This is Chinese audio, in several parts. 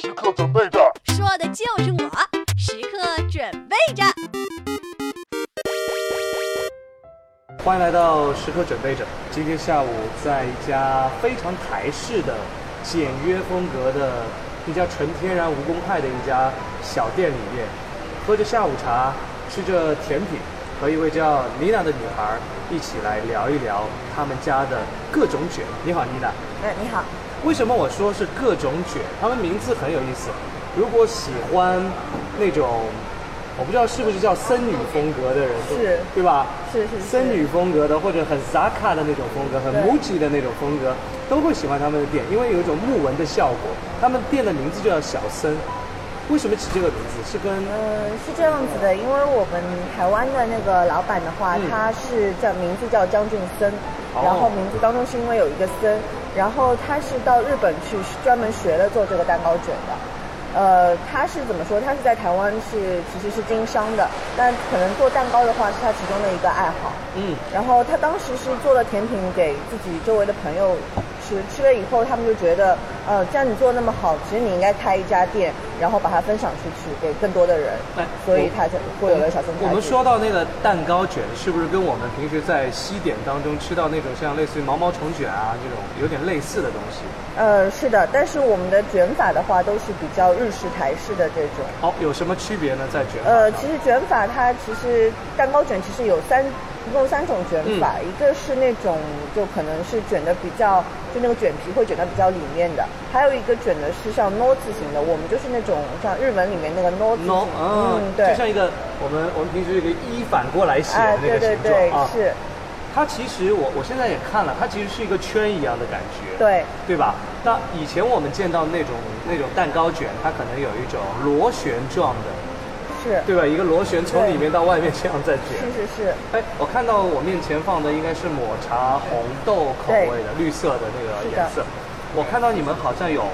时刻准备着。说的就是我，时刻准备着。欢迎来到时刻准备着。今天下午在一家非常台式的简约风格的一家纯天然无公害的一家小店里面，喝着下午茶，吃着甜品，和一位叫妮娜的女孩一起来聊一聊他们家的各种卷。你好，妮娜。嗯，你好，为什么我说是各种卷？他们名字很有意思。如果喜欢那种，我不知道是不是叫森女风格的人，是对吧？是是是森女风格的，或者很 Zaka 的那种风格，很对 Muji 的那种风格，都会喜欢他们的店，因为有一种木纹的效果。他们店的名字就叫小森，为什么起这个名字？是跟嗯，是这样子的，因为我们台湾的那个老板的话，嗯他是叫名字叫江俊森，哦然后名字当中是因为有一个森，然后他是到日本去专门学了做这个蛋糕卷的。呃，他是怎么说？他是在台湾是其实是经商的，但可能做蛋糕的话是他其中的一个爱好。嗯然后他当时是做了甜品给自己周围的朋友吃，吃了以后他们就觉得，呃，既然你做得那么好，其实你应该开一家店，然后把它分享出去给更多的人，哎所以我他才会有了小森我派。们说到那个蛋糕卷，是不是跟我们平时在西点当中吃到那种像类似于毛毛虫卷啊这种有点类似的东西？呃，是的，但是我们的卷法的话都是比较日式、台式的这种。好、有什么区别呢？在卷法呃，上其实卷法它其实蛋糕卷其实有三，一共三种卷嗯法，一个是那种就可能是卷的比较，就那个卷皮会卷的比较里面的，还有一个卷的是像 “no” 字形的，我们就是那种像日文里面那个 “no” 字形 no，嗯，嗯，就对，像一个我们我们平时这个一反过来写啊的，那个对对形状对，啊，是，它其实我我现在也看了，它其实是一个圈一样的感觉，对，对吧？那以前我们见到那种那种蛋糕卷，它可能有一种螺旋状的，是，对吧？一个螺旋从对里面到外面这样在卷。是是是，哎，我看到我面前放的应该是抹茶红豆口味的绿色的那个是的颜色，我看到你们好像有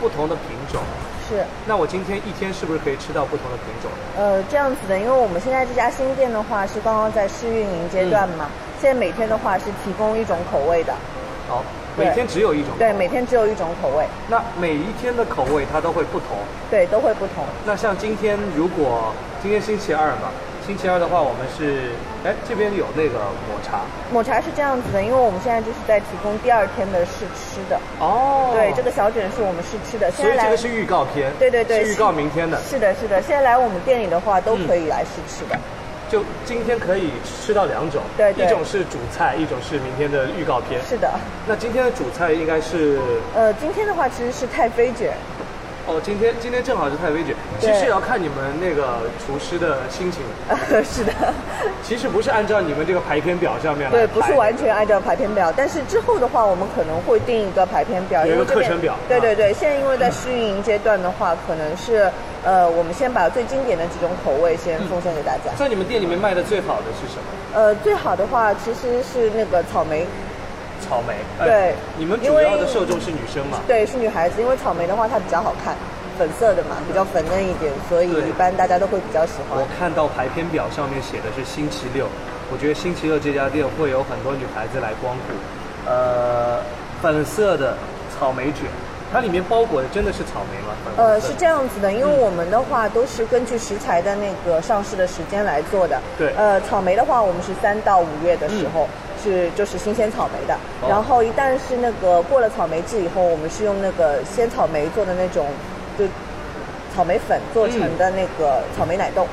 不同的品种，是。那我今天一天是不是可以吃到不同的品种？呃，这样子的，因为我们现在这家新店的话是刚刚在试运营嗯阶段嘛，现在每天的话是提供一种口味的，好，对每天只有一种。对，每天只有一种口味，那每一天的口味它都会不同。对，都会不同。那像今天，如果今天星期二嘛，星期二的话，我们是哎这边有那个抹茶抹茶是这样子的，因为我们现在就是在提供第二天的试吃的，哦对，这个，小卷是我们试吃的。现所以在来，这个是预告片，对对对，是预告明天的，嗯是的，是的，现在来我们店里的话都可以来试吃的，就今天可以吃到两种，对对一种是主菜，一种是明天的预告片。是的。那今天的主菜应该是呃，今天的话其实是太妃卷， 哦，今天今天正好是太妃卷，其对实也要看你们那个厨师的心情，呃，是的，其实不是按照你们这个排片表上面来对，不是排完全按照排片表，但是之后的话，我们可能会定一个排片表，有一个因为这边课程表对啊对对，现在因为在试运营阶段的话，可能是呃，我们先把最经典的几种口味先嗯奉献给大家。在你们店里面卖的最好的是什么？呃，最好的话其实是那个草莓草莓。哎对你们主因为要的受众是女生嘛？对，是女孩子，因为草莓的话它比较好看，粉色的嘛，比较粉嫩一点，所以对一般大家都会比较喜欢我。看到排片表上面写的是星期六，我觉得星期六这家店会有很多女孩子来光顾。呃，粉色的草莓卷，它里面包裹的真的是草莓吗？粉红呃，色是的这样子的，因为我们的话都是根据食材的那个上市的时间来做的。对嗯呃，草莓的话，我们是三到五月的时候、是就是新鲜草莓的，哦然后一旦是那个过了草莓季以后，我们是用那个鲜草莓做的那种就草莓粉做成嗯的那个草莓奶冻。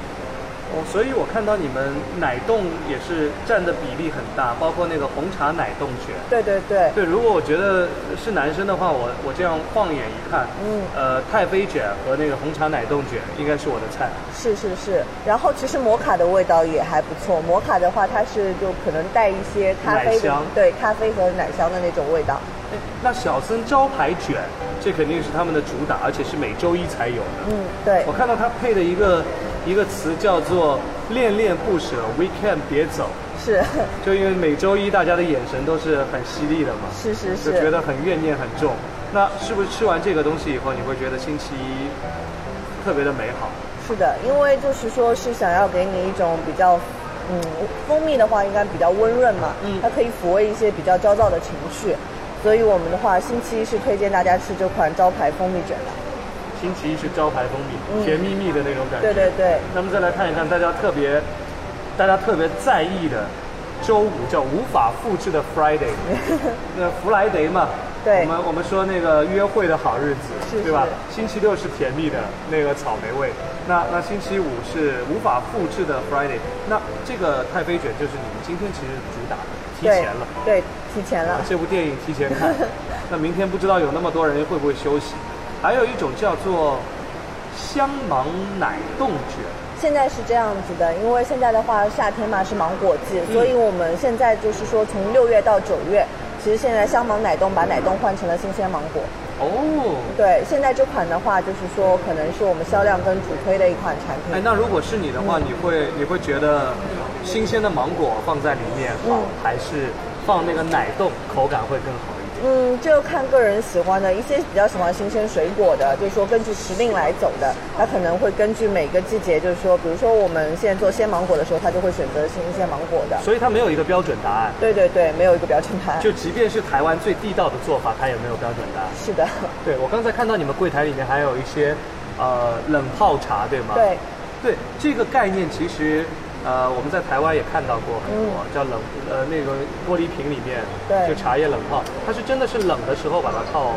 哦，所以我看到你们奶冻也是占的比例很大，包括那个红茶奶冻卷。对对对，对，如果我觉得是男生的话，我我这样放眼一看，嗯呃，太妃卷和那个红茶奶冻卷应该是我的菜。是是是，然后其实摩卡的味道也还不错。摩卡的话，它是就可能带一些咖啡奶的香，对，咖啡和奶香的那种味道。哎那小森招牌卷，这肯定是他们的主打，而且是每周一才有的。嗯，对我，看到它配的一个一个词叫做“恋恋不舍 ”，weekend 别走，是 就因为每周一大家的眼神都是很犀利的嘛，是是就觉是。得很怨念很重。那是不是吃完这个东西以后，你会觉得星期一特别的美好？是的，因为就是说是想要给你一种比较，嗯，蜂蜜的话应该比较温润嘛，嗯它可以抚慰一些比较焦躁的情绪，所以我们的话星期一是推荐大家吃这款招牌蜂蜜卷的。星期一是招牌封闭，甜蜜蜜的那种感觉。嗯对对对，那么再来看一看大家特别，大家特别在意的周五叫无法复制的 Friday，那弗莱德嘛。对我们我们说那个约会的好日子，是对吧？是星期六是甜蜜的那个草莓味，那那星期五是无法复制的 Friday。那这个太妃卷就是你们今天其实主打的，提前了。对，对，提前了啊。这部电影提前看， 那明天不知道有那么多人会不会休息。还有一种叫做香芒奶冻卷，现在是这样子的，因为现在的话夏天嘛是芒果季，嗯所以我们现在就是说从六月到九月，其实现在香芒奶冻把奶冻换成了新鲜芒果。哦，对，现在这款的话就是说可能是我们销量跟主推的一款产哎，品。那如果是你的话，你会你会觉得新鲜的芒果放在里面好，嗯还是放那个奶冻口感会更好一点？嗯，就看个人喜欢的，一些比较喜欢新鲜水果的，就是说根据时令来走的，它可能会根据每个季节，就是说，比如说我们现在做鲜芒果的时候，它就会选择新鲜芒果的。所以它没有一个标准答案，对对对，没有一个标准答案。就即便是台湾最地道的做法，它也没有标准答案。是的，对我刚才看到你们柜台里面还有一些呃冷泡茶，对吗？对。对这个概念，其实呃我们在台湾也看到过很多，叫冷呃那个玻璃瓶里面，嗯对就茶叶冷泡，它是真的是冷的时候把它泡，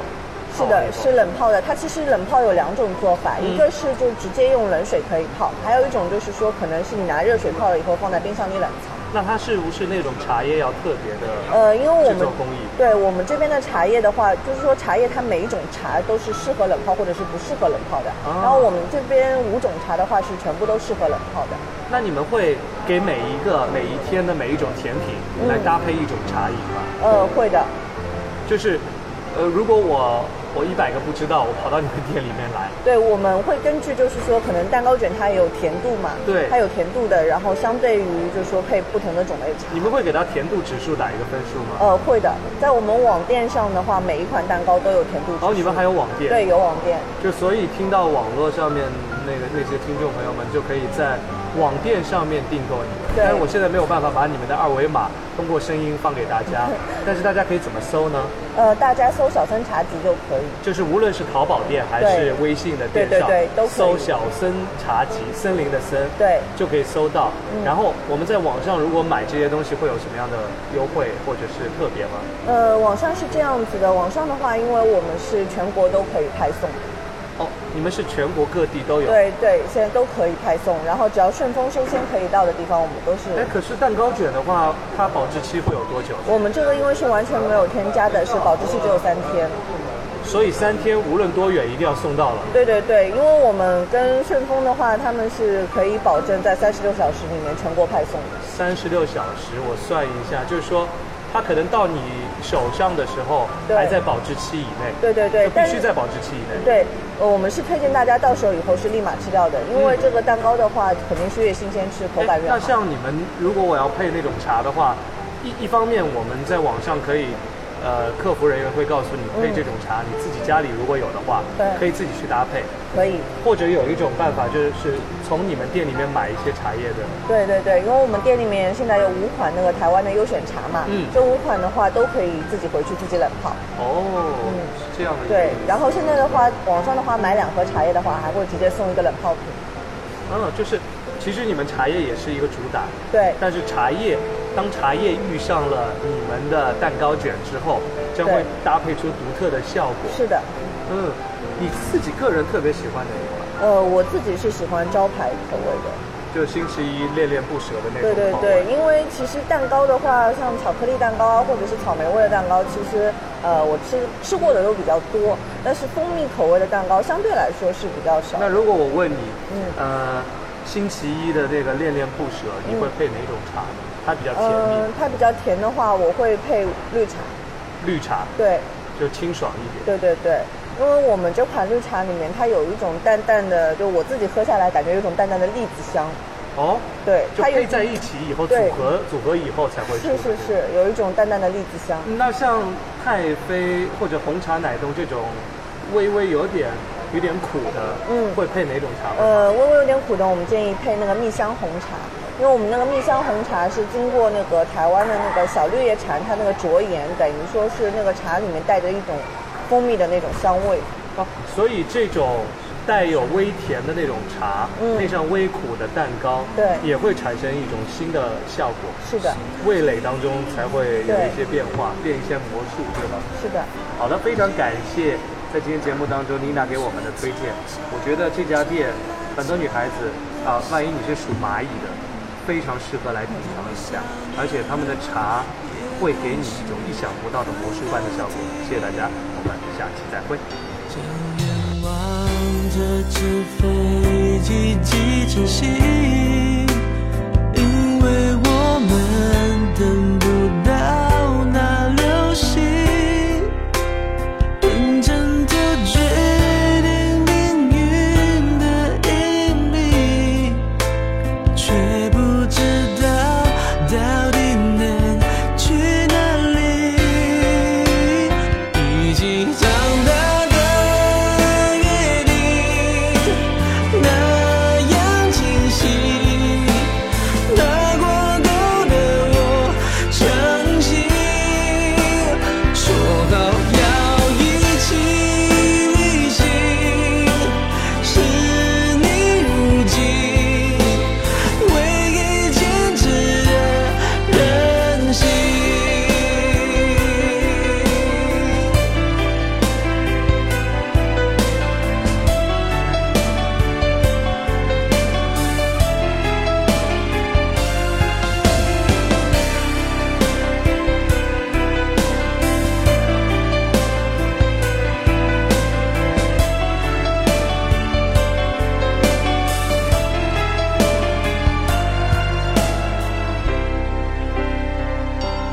是泡那的，种是冷泡的。它其实冷泡有两种做法，嗯一个是就直接用冷水可以泡，还有一种就是说可能是你拿热水泡了以后放在冰箱里冷藏。那它是不是那种茶叶要特别的？呃，因为我制们作工艺对我们这边的茶叶的话，就是说茶叶它每一种茶都是适合冷泡或者是不适合冷泡的。啊然后我们这边五种茶的话是全部都适合冷泡的。那你们会给每一个每一天的每一种甜品来搭配一种茶饮吗？呃，会的，就是呃如果我我一百个不知道，我跑到你们店里面 来，对，我们会根据就是说，可能蛋糕卷它也有甜度嘛，对它有甜度的，然后相对于就是说配不同的种类茶。你们会给它甜度指数打一个分数吗？呃，会的，在我们网店上的话，每一款蛋糕都有甜度指数。哦，你们还有网店？对，有网店，就所以听到网络上面那个那些听众朋友们就可以在网店上面订购你们。对但是我现在没有办法把你们的二维码通过声音放给大家， 但是大家可以怎么搜呢？呃，大家搜“小森茶集”就可以。就是无论是淘宝店还是微信的店上，对对对都可以搜“小森茶集”，森林的森，对，就可以搜到。嗯然后我们在网上如果买这些东西会有什么样的优惠或者是特别吗？呃，网上是这样子的，网上的话，因为我们是全国都可以派送，哦，你们是全国各地都有。。对对，现在都可以派送，然后只要顺丰生鲜可以到的地方，我们都哎是，。可是蛋糕卷的话，它保质期会有多久？我们这个因为是完全没有添加的，是保质期只有三天。所以三天无论多远一定要送到了。对对对，因为我们跟顺丰的话，他们是可以保证在三十六小时里面全国派送的。三十六小时，我算一下，就是说，它可能到你手上的时候对还在保质期以内，对对对就，必但须是。在保质期以内。对，呃，我们是推荐大家到手以后是立马吃掉的，因为这个蛋糕的话，肯定是越新鲜吃，口哎感越那好。像你们，如果我要配那种茶的话，一一方面我们在网上可以，呃，客服人员会告诉你配这种茶，你自己家里如果有的话，对可以自己去搭配。可以，或者有一种办法就是从你们店里面买一些茶叶的，对对对，因为我们店里面现在有五款那个台湾的优选茶嘛，嗯这五款的话都可以自己回去自己冷泡。哦，是这样的一个对意思，然后现在的话，网上的话买两盒茶叶的话，还会直接送一个冷泡瓶。嗯，就是其实你们茶叶也是一个主打，对，但是茶叶，当茶叶遇上了你们的蛋糕卷之后，将会对搭配出独特的效果。是的，嗯，你自己个人特别喜欢哪一款？呃，我自己是喜欢招牌口味的。就星期一恋恋不舍的那种对对口对味，。因为其实蛋糕的话，像巧克力蛋糕啊，或者是草莓味的蛋糕，其实呃我吃吃过的都比较多，但是蜂蜜口味的蛋糕相对来说是比较少。那如果我问你，嗯呃，星期一的那个恋恋不舍，你会配哪种茶呢？它比较甜蜜，嗯，它比较甜的话，我会配绿茶。绿茶对就清爽一点。对对对，因为我们这款绿茶里面它有一种淡淡的，就我自己喝下来感觉有一种淡淡的栗子香。哦，对，就它有配在一起以后组对合组合以后才会出是是是，有一种淡淡的栗子香。那像太妃或者红茶奶冻这种微微有点有点苦的，嗯会配哪种茶吗？呃，微微有点苦的，我们建议配那个蜜香红茶，因为我们那个蜜香红茶是经过那个台湾的那个小绿叶蝉，它那个着盐，等于说是那个茶里面带着一种蜂蜜的那种香味。啊所以这种带有微甜的那种茶，嗯配上微苦的蛋糕，对也会产生一种新的效果。是的，味蕾当中才会有对一些变化，变一些魔术，对吧？是的，好的，非常感谢在今天节目当中妮娜给我们的推荐。我觉得这家店，很多女孩子啊、万一你是属蚂蚁的，非常适合来品尝一下，而且他们的茶会给你一种意想不到的魔术般的效果。谢谢大家，我们下期再会。正远望这只飞机几成行，因为我们等不到那流星。认真的决定命运的引力，却不知道到底能去哪里。已经长大的约定，那样清晰。那过度的我，相信说好要一起旅行，是你如今。唯一坚持的任性。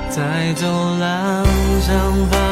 在走廊上发